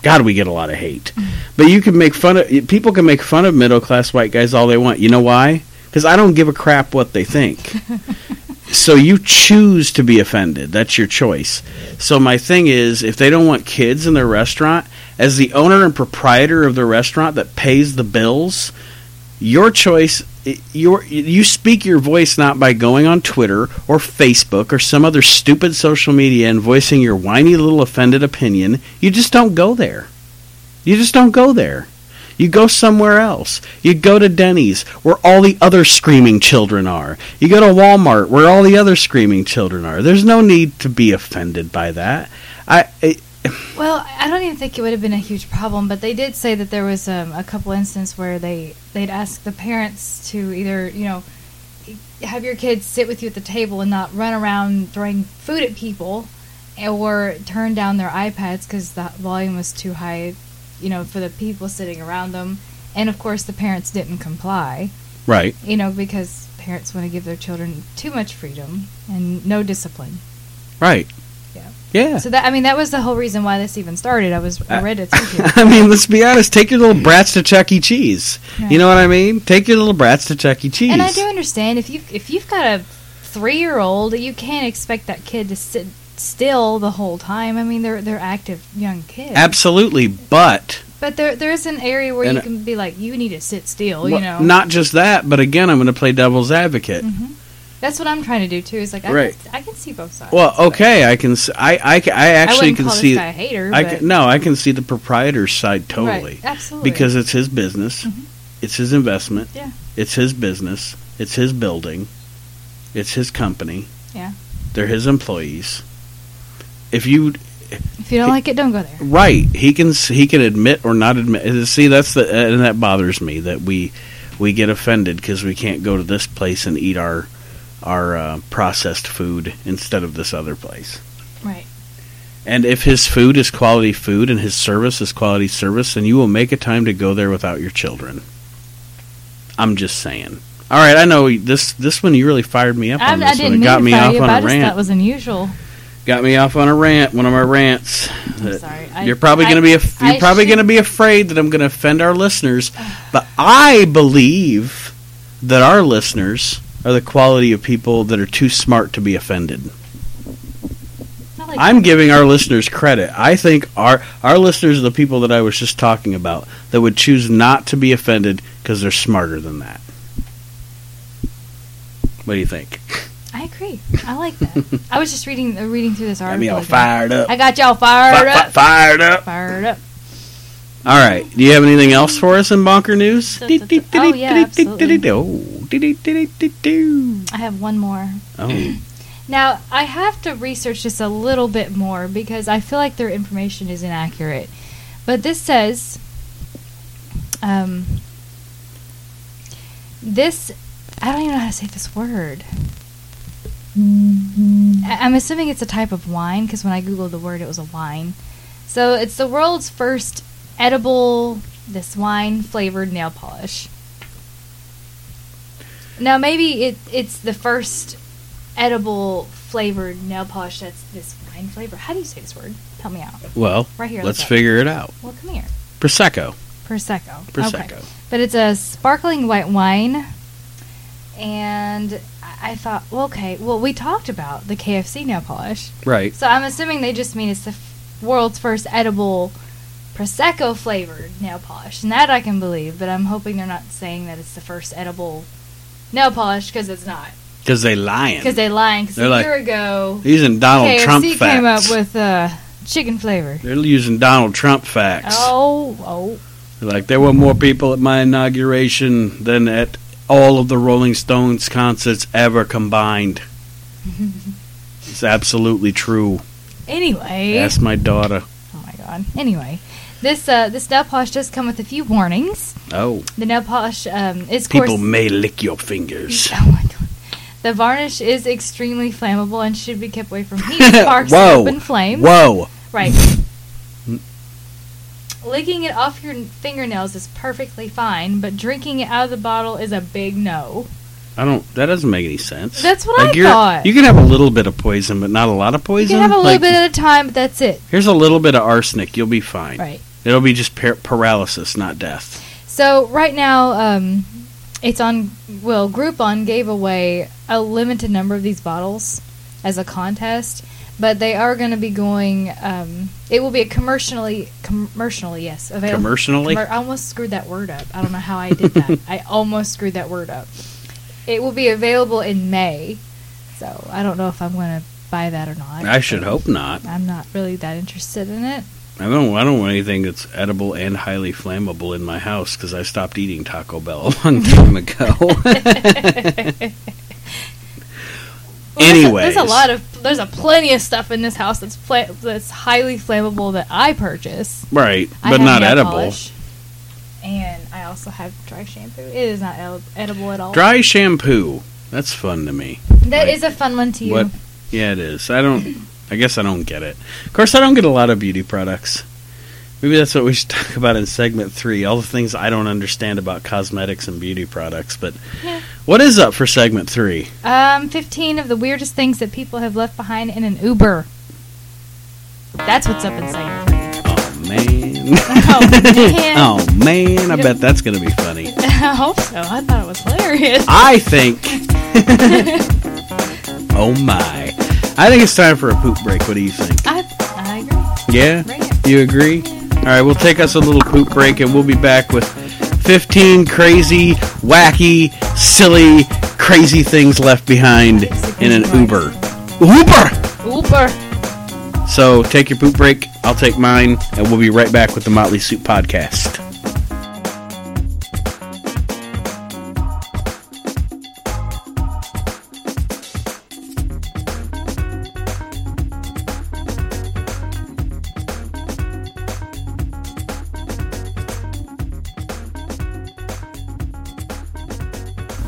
God, we get a lot of hate. But you can make fun of people can make fun of middle class white guys all they want. You know why? Because I don't give a crap what they think. so you choose to be offended. That's your choice. So my thing is, if they don't want kids in their restaurant, as the owner and proprietor of the restaurant that pays the bills, your choice i- your you speak your voice not by going on Twitter or Facebook or some other stupid social media and voicing your whiny little offended opinion. You just don't go there. You just don't go there. You go somewhere else. You go to Denny's where all the other screaming children are. You go to Walmart where all the other screaming children are. There's no need to be offended by that. I, I
Well, I don't even think it would have been a huge problem, but they did say that there was um, a couple instances where they they'd ask the parents to either you know have your kids sit with you at the table and not run around throwing food at people, or turn down their iPads because the volume was too high, you know, for the people sitting around them, and of course the parents didn't comply,
right.
you know, because parents want to give their children too much freedom and no discipline.
Right.
Yeah.
Yeah.
So that I mean that was the whole reason why this even started. I was I read it. too.
I mean, let's be honest. Take your little brats to Chuck E. Cheese. You
Yeah.
know what I mean? Take your little brats to Chuck E. Cheese.
And I do understand if you if you've got a three year old, you can't expect that kid to sit still the whole time. I mean, they're they're active young kids.
Absolutely, but
But there there is an area where
And-
you can be like, you need to sit still.
wha-
you know, Mm-hmm.
not just that. But again, I'm going to play devil's advocate.
that's what I'm trying to do too. Is like, I,
Right.
can, I can see both sides.
Well,
but
okay, I can. s- I I ca- I
I
actually
wouldn't
can
call
see.
this guy a hater.
I
but,
can, no, I can see the proprietor's side totally
Right, absolutely.
because it's his business, it's his investment,
Yeah.
it's his business, it's his building, it's his company.
Yeah.
they're his employees. If you
if you don't like it, don't go there.
Right. He can he can admit or not admit. uh, See, that's the and that bothers me that we we get offended because we can't go to this place and eat our our uh, processed food instead of this other place.
Right.
And if his food is quality food and his service is quality service, then you will make a time to go there without your children. I'm just saying. All right, I know this this one you really fired me up
I,
on
I
this one.
didn't
It
mean
got
to
me
fire
off
you,
on
but I
a
just thought it
rant.
was unusual.
Got me off on a rant. One of my rants.
I'm sorry. I,
You're probably
I-
going to be af-
I
you're probably
should-
going to be afraid that I'm going to offend our listeners, but I believe that our listeners are the quality of people that are too smart to be offended.
I like
I'm giving our listeners credit. I think our our listeners are the people that I was just talking about that would choose not to be offended because they're smarter than that. What do you think?
I agree. I like that. I was just reading uh, reading through this
Got
article.
me all
again.
fired up.
I got y'all fired
Fi- fi-
up.
fired up.
Fired up.
All right. Do you have anything else for us in bonker news?
Oh, yeah, absolutely.
Oh.
I have one more. Now, I have to research this a little bit more because I feel like their information is inaccurate. But this says um, this. I don't even know how to say this word. I- I'm assuming it's a type of wine because when I googled the word, it was a wine. So it's the world's first edible this wine flavored nail polish. Now maybe it it's the first edible flavored nail polish that's this wine flavor. How do you say this word? Help me out.
Well,
Right here,
let's
look up.
figure it out.
Well, come here.
Prosecco.
Prosecco.
Prosecco.
Okay. But it's a sparkling white wine. And I I thought, well, okay, well, we talked about the KFC nail polish.
Right.
So I'm assuming they just mean it's the f- world's first edible prosecco flavored nail polish, and that I can believe. But I'm hoping they're not saying that it's the first edible nail polish because it's not.
Because they lying.
Because they lying. Because
They're
a
like,
year ago,
They're using Donald
KFC
Oh, Trump facts.
came up with uh, chicken flavor.
They're using Donald Trump facts.
Oh, oh,
They're Like there were more people at my inauguration than at all of the Rolling Stones concerts ever combined. it's absolutely true.
anyway.
Ask my daughter.
Oh my god. Anyway, this uh, this nail polish does come with a few warnings.
Oh,
The nail polish um, is
people
coarse-
may lick your fingers.
Oh my god. The varnish is extremely flammable and should be kept away from heat, sparks, and
Whoa.
open flame.
Whoa!
Right. Licking it off your fingernails is perfectly fine, but drinking it out of the bottle is a big no.
I don't. That doesn't make any sense.
That's what I
you're-
thought.
You can have a little bit of poison, but not a lot of
You
poison.
can have a little
Like,
bit at a time, but that's it.
Here's a little bit of arsenic. You'll be fine.
Right.
It'll be just par- paralysis, not death.
So right now, um, it's on. Well, Groupon gave away a limited number of these bottles as a contest, but they are going to be going. Um, it will be a commercially, commercially, yes, available.
Commercially?
Commer- I almost screwed that word up. I don't know how I did that. I almost screwed that word up. It will be available in May, so I don't know if I'm going to buy that or not.
I should hope not.
I'm not really that interested in it.
I don't. I don't want anything that's edible and highly flammable in my house because I stopped eating Taco Bell a long time ago.
Well, there's a- there's a,
Anyways.
lot of there's a plenty of stuff in this house that's pla- that's highly flammable that I purchase,
right,
I
but
have
not
nail
edible.
polish, and I also have dry shampoo. It is not el- edible at all.
Dry shampoo. That's fun to me.
that
like,
is a fun one to you.
What? Yeah, it is. I don't. I guess I don't get it. Of course, I don't get a lot of beauty products. Maybe that's what we should talk about in segment three. All the things I don't understand about cosmetics and beauty products. But
Yeah.
what is up for segment three?
Um, fifteen of the weirdest things that people have left behind in an Uber. That's what's up in segment three.
Oh man.
Oh man,
Oh man. I bet that's gonna be funny.
I hope so. I thought it was hilarious.
I think. oh my. I think it's time for a poop break. What do you think?
I, I agree.
Yeah?
Bring it.
You agree? Alright, we'll take us a little poop break and we'll be back with 15 crazy, wacky, silly, crazy things left behind in an Uber. Uber!
Uber.
So take your poop break, I'll take mine, and we'll be right back with the Motley Soup Podcast.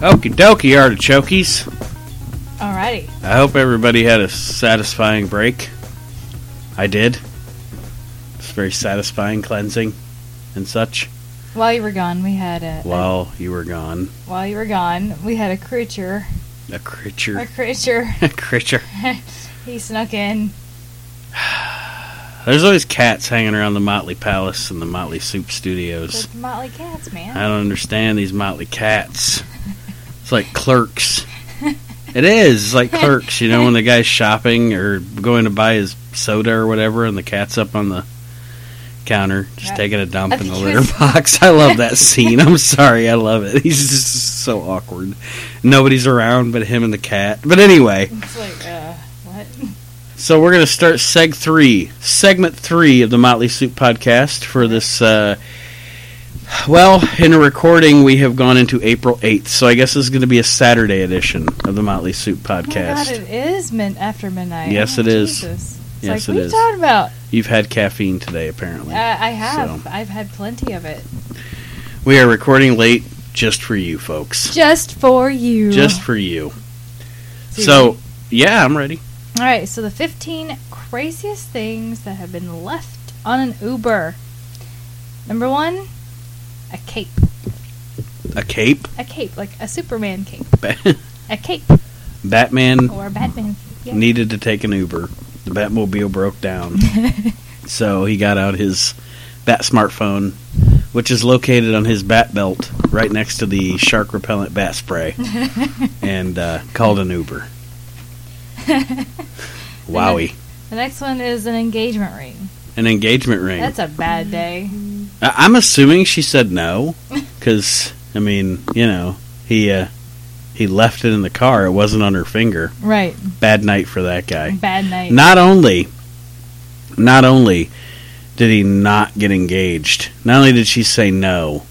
Okie dokie, artichokes.
Alrighty.
I hope everybody had a satisfying break. I did. It's very satisfying, cleansing, and such.
While you were gone, we had a, a
While you were gone,
While you were gone, we had a creature.
a
A
creature,
creature.
a creature.
He snuck in.
There's always cats hanging around the Motley Palace and the Motley Soup Studios.
with Motley Cats,
I
man.
don't understand these Motley cats. It's like clerks. It is it's like clerks, you know, when the guy's shopping or going to buy his soda or whatever, and the cat's up on the counter just
Yeah.
taking a dump
I
in the
think he
litter
was-
box. I love that scene. I'm sorry, I love it. He's just so awkward. Nobody's around but him and the cat. But anyway,
It's like, uh, what?
so we're gonna start seg three, segment three of the Motley Soup podcast for this. Uh, well, in a recording, we have gone into April eighth, so I guess this is gonna be a Saturday edition of the Motley Soup
Oh my God,
podcast.
it is min- after midnight.
Yes,
oh,
it is.
Jesus. It's
Yes,
like,
it
what are you
is.
talking about?
You've had caffeine today, apparently.
Uh, I have.
So.
I've had plenty of it.
we are recording late just for you, folks.
Just for you.
Just for you.
Dude.
So Yeah, I'm ready.
All right, so the 15 craziest things that have been left on an Uber. Number one, a cape.
A cape,
A cape, like a Superman cape.
Ba-
A cape
Batman
or a Batman cape. Yeah.
needed to take an Uber. The Batmobile broke down. so he got out his Bat smartphone, which is located on his bat belt right next to the shark repellent bat spray, and uh, called an Uber. Wowie.
the next one is an engagement ring.
An engagement ring.
That's a bad day.
I- I'm assuming she said no, because, I mean, you know, he. Uh, he left it in the car. It wasn't on her finger.
Right.
Bad night for that guy.
Bad night.
not only not only did he not get engaged not only did she say no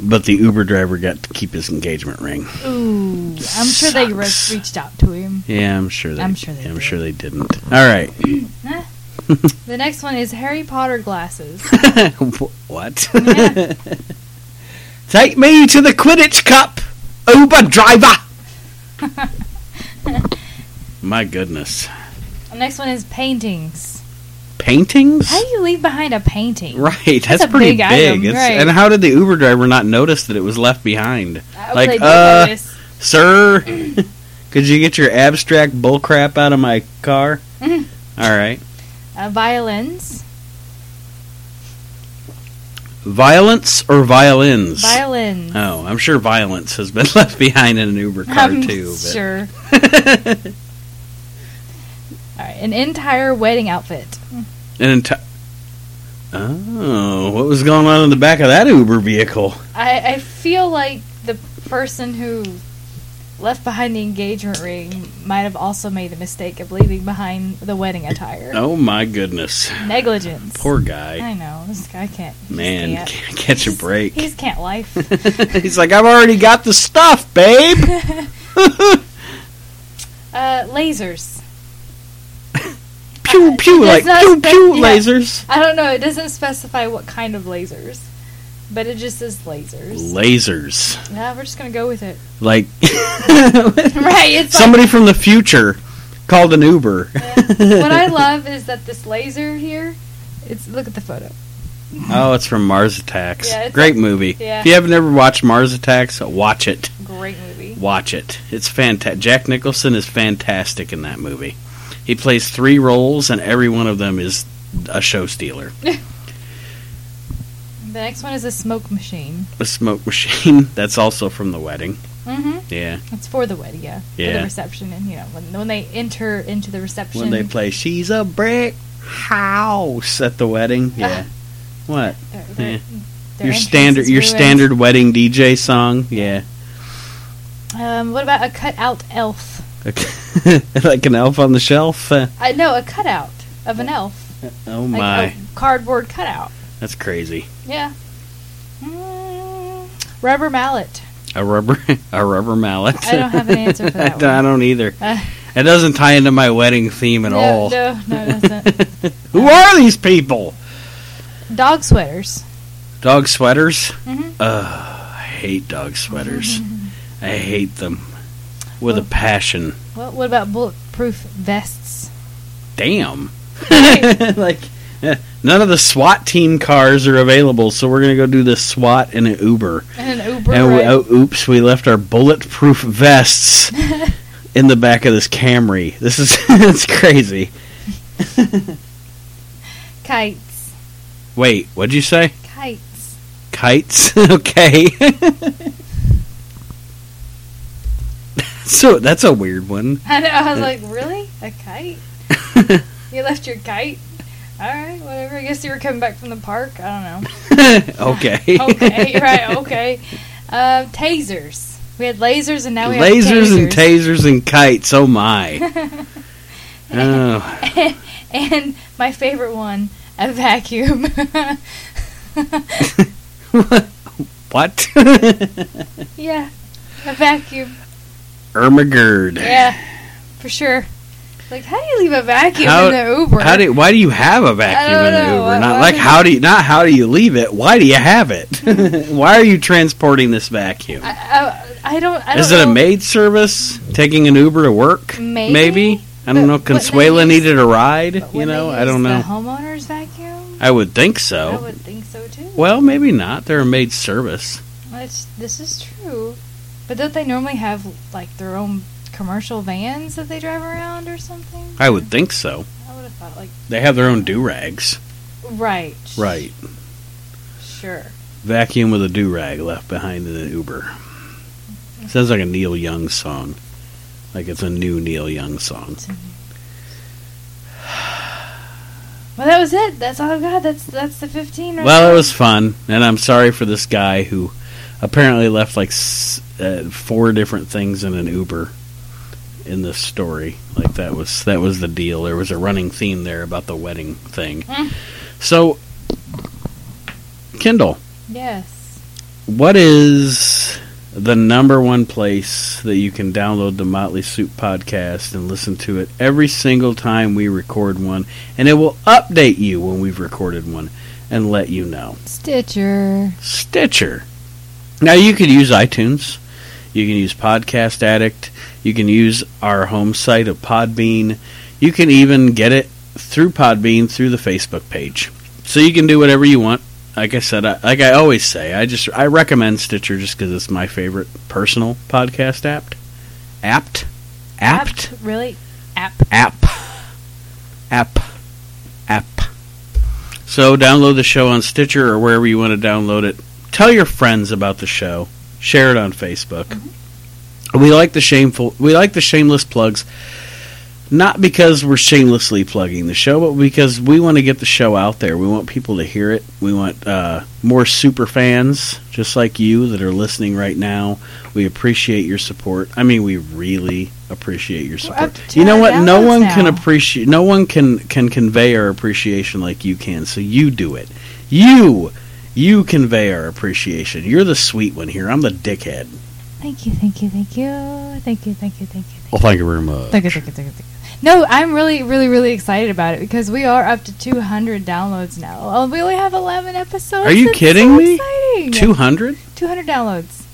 but the uber driver got to keep his engagement ring
Ooh. I'm sure they re-
Sucks.
reached out to him.
yeah i'm sure they
I'm sure they
i'm
did.
sure they didn't all right
The next one is Harry Potter glasses.
Wh- what
Yeah.
take me to the quidditch cup uber driver my goodness
the next one is paintings.
paintings
How do you leave behind a painting?
right that's,
a
pretty
big
big,
item,
It's-
right.
and how did the uber driver not notice that it was left behind
I hope
Like,
they did
uh,
notice.
Sir, could you get your abstract bullcrap out of my car?
Mhm.
All right.
Uh, violins.
Violence or violins?
Violins.
oh, I'm sure violence has been left behind in an Uber car
I'm
too. But.
sure. All right, an entire wedding outfit.
An enti- oh, what was going on in the back of that Uber vehicle?
I, I feel like the person who left behind the engagement ring might have also made the mistake of leaving behind the wedding attire.
Oh my goodness,
Negligence.
Oh. poor guy.
I know this guy can't. he just
Man,
can't.
can't catch a break.
He just can't life.
He's like, I've already got the stuff, babe.
Uh, lasers.
pew pew, like
That's not
pew
spec-
pew
yeah.
lasers.
I don't know. It doesn't specify what kind of lasers, but it just says lasers.
Lasers.
yeah, we're just gonna go with it.
Like
right. It's like-
somebody from the future called an Uber.
what I love is that this laser here. It's look at the photo.
Oh, it's from Mars Attacks.
Yeah, it's
Great movie.
yeah.
If you have never watched Mars Attacks, watch it.
Great movie.
Watch it. It's fantastic. Jack Nicholson is fantastic in that movie. He plays three roles, and every one of them is a show stealer.
The next one is a smoke machine.
A smoke machine. That's also from the wedding.
Mm-hmm.
Yeah.
It's for the wedding, yeah. For the
Yeah.
reception, and you know when, when they enter into the reception. uh,
When they play "She's a Brick House" at the wedding. Yeah. What?
their- their-
Yeah.
their
Your
entrance
standard.
is
Your
ruined.
standard wedding DJ song. Yeah.
Um, what about a cutout elf?
Okay. like an elf on the shelf. Uh,
I know a cutout of an elf,
oh
like
my,
a cardboard cutout.
that's crazy.
Yeah. Mm, rubber mallet.
A rubber, a rubber mallet.
I don't have an answer for
I
that
don't- I
one.
don't either.
Uh,
It doesn't tie into my wedding theme at
no,
all.
no, no, it doesn't.
Who are these people?
Dog sweaters.
Dog sweaters.
Mhm.
Ugh, I hate dog sweaters. I hate them with a passion.
Well, what about bulletproof vests?
Damn. like eh, none of the SWAT team cars are available, so we're gonna go do this SWAT in an Uber.
And an Uber.
And we,
ride.
oh, oops, we left our bulletproof vests in the back of this Camry. This is it's crazy.
Kites.
Wait, what'd you say?
Kites.
Kites? okay. so that's a weird one.
I know. I was like, really? A kite? you left your kite? All right, whatever. I guess you were coming back from the park. I
okay.
don't know. Okay, right, okay. Uh, tasers. We had lasers and now we
Lasers
have
and
tasers.
tasers and kites. Oh my. oh,
and, my favorite one, a vacuum.
what?
yeah, a vacuum.
Ermagerd.
Yeah, for sure. Like, how do you leave a vacuum
How-
in the Uber?
How do you- why do you have a vacuum
I
in
don't
the
know.
Uber?
Why-
not
why
like
do
how do you not how do you leave it? Why do you have it? why are you transporting this vacuum?
I, I, I don't. I don't
Is it a
know.
maid service taking an Uber to work?
Maybe.
I don't
But
know.
wouldn't they
Consuela
use-
needed a ride.
But
You
when
know,
they
I don't
use
know.
The homeowner's vacuum.
I would think
I
so.
would think so too.
Well, maybe not. They're a maid service.
That's, this is true. But don't they normally have like their own commercial vans that they drive around or something?
I would think so.
I would have thought like
They have their own do rags.
right.
Right.
Sure.
Vacuum with a do rag left behind in an Uber. Sounds like a Neil Young song. Like it's a new Neil Young song.
Well, that was it. That's all I've got. That's that's the fifteen. Right
Well,
there.
it was fun, and I'm sorry for this guy who apparently left like s- uh, four different things in an Uber in this story. Like that was that was the deal. There was a running theme there about the wedding thing.
Mm.
So, Kindle,
Yes.
what is the number one place that you can download the Motley Soup podcast and listen to it every single time we record one, and it will update you when we've recorded one and let you know.
Stitcher.
Stitcher. Now you could use iTunes. You can use Podcast Addict. You can use our home site of Podbean. You can even get it through Podbean through the Facebook page. So you can do whatever you want. Like I said, I, like I always say, I just I recommend Stitcher just because it's my favorite personal podcast app. Apt, apt,
Really? App.
app, app, app. So download the show on Stitcher or wherever you want to download it. Tell your friends about the show. Share it on Facebook. We like the shameful. We like the shameless plugs. Not because we're shamelessly plugging the show, but because we want to get the show out there. We want people to hear it. We want uh, more super fans, just like you, that are listening right now. We appreciate your support. I mean, we really appreciate your
We're
support.
up to
You know what?
200
No
downloads
one can
now.
appreciate. No one can can convey our appreciation like you can. So you do it. You you convey our appreciation. You're the sweet one here. I'm the dickhead.
Thank you. Thank you. Thank you. Thank you. Thank you. Thank you.
Well, thank you very much.
Thank you, thank you, thank you, thank you. No, I'm really, really, really excited about it because we are up to 200 downloads now. Oh, we only have 11 episodes.
Are you
It's
kidding
so
me?
Exciting.
Two hundred?
200 downloads.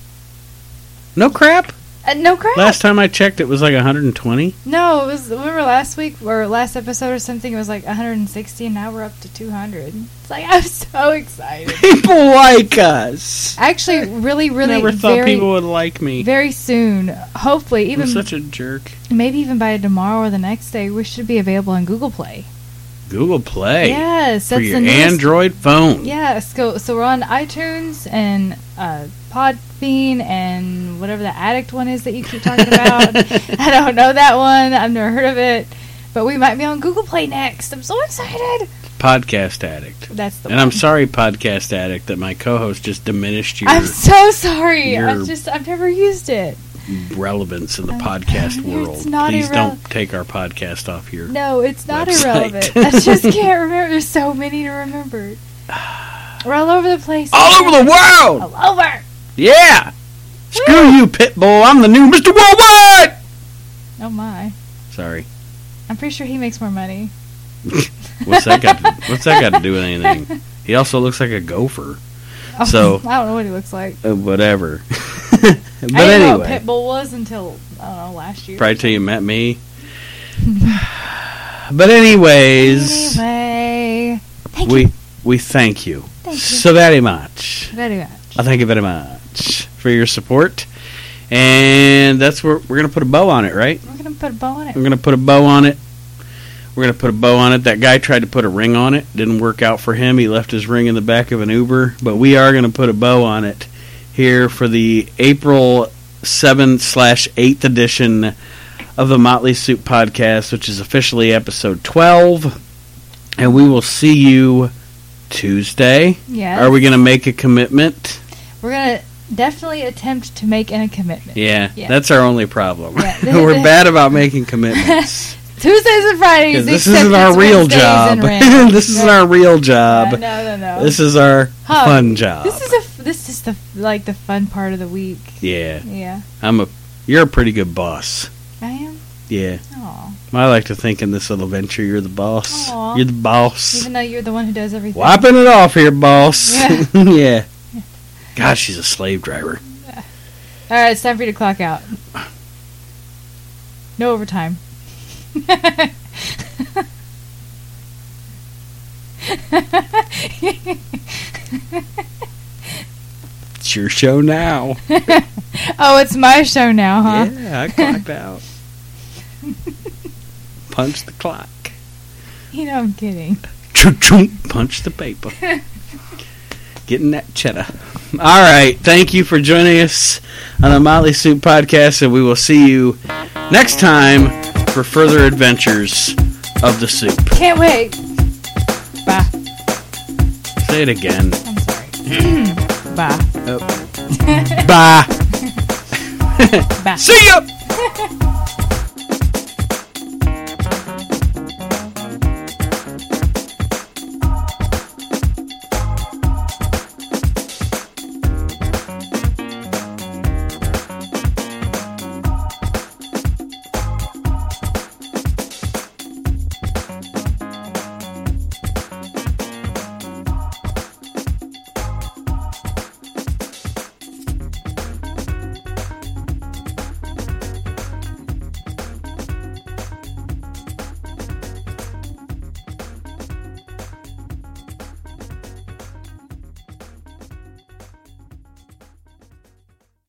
No crap.
Uh, no crap.
Last time I checked, it was like 120.
no, it was. Remember last week or last episode or something? It was like 160, and now we're up to 200. It's like I'm so excited.
People like us.
Actually, really, really,
Never thought
very,
people would like me.
very soon. Hopefully,
I'm
even
such a jerk.
maybe even by tomorrow or the next day, we should be available on Google Play.
Google Play
yes,
for
that's
your
the newest
Android phone.
Yeah, so so we're on iTunes and uh, Podbean and whatever the addict one is that you keep talking about. I don't know that one. I've never heard of it, but we might be on Google Play next. I'm so excited.
Podcast addict.
That's the
And
one.
I'm sorry, podcast addict, that my co-host just diminished your
I'm so sorry.
You're-
I've just I've never used it.
relevance in the
I'm-
podcast
it's
world.
not
Please
irrele-
don't take our podcast off your
No, it's not
Website.
irrelevant. I just can't remember. There's so many to remember. We're all over the place.
all over the world.
All over.
Yeah. Screw you, Pitbull. I'm the new Mr. Worldwide.
Oh my!
Sorry.
I'm pretty sure he makes more money.
What's that got? To, what's that got to do with anything? He also looks like a gopher.
Oh,
So-
I don't know what he looks like.
Uh, whatever. but
I didn't know
anyway,
what Pitbull was until I don't know last year.
probably till you met me. but anyways,
Anyway, thank
we
you
we thank you
Thank you.
so very much.
very much.
I thank you very much for your support. And that's where we're gonna put a bow on it, right?
We're gonna put a bow on it.
We're gonna put a bow on it. We're gonna put a bow on it. That guy tried to put a ring on it. Didn't work out for him. He left his ring in the back of an Uber. But we are gonna put a bow on it here for the April seventh slash eighth edition of the Motley Soup podcast, which is officially episode twelve. And we will see you Tuesday.
Yeah,
Are we gonna make a commitment?
We're gonna definitely attempt to make a commitment.
Yeah,
Yeah.
that's our only problem.
Yeah.
We're bad about making commitments.
Tuesdays and Fridays.
'Cause this
except
isn't our
it's
real
Wednesdays
job.
and random.
this isn't
No,
our real job.
No, no, no.
This is our
Huh.
fun job.
This is a f- this is the like the fun part of the week.
yeah,
Yeah,
I'm a. You're a pretty good boss.
I am.
Yeah,
Oh,
I like to think in this little venture, you're the boss.
Aw.
You're the boss.
Even though you're the one who does everything.
Wiping it off here, boss.
Yeah.
yeah. God, she's a slave driver.
All right, it's time for you to clock out. No overtime.
It's your show now.
oh, it's my show now, huh?
Yeah, I clocked out. Punch the clock.
You know I'm kidding.
Chunk, chunk, Punch the paper. Getting that cheddar. All right. Thank you for joining us on the Motley Soup Podcast, and we will see you next time for further adventures of the soup.
Can't wait. Bye.
Say it again.
I'm sorry. Bye.
Bye.
Bye.
See ya!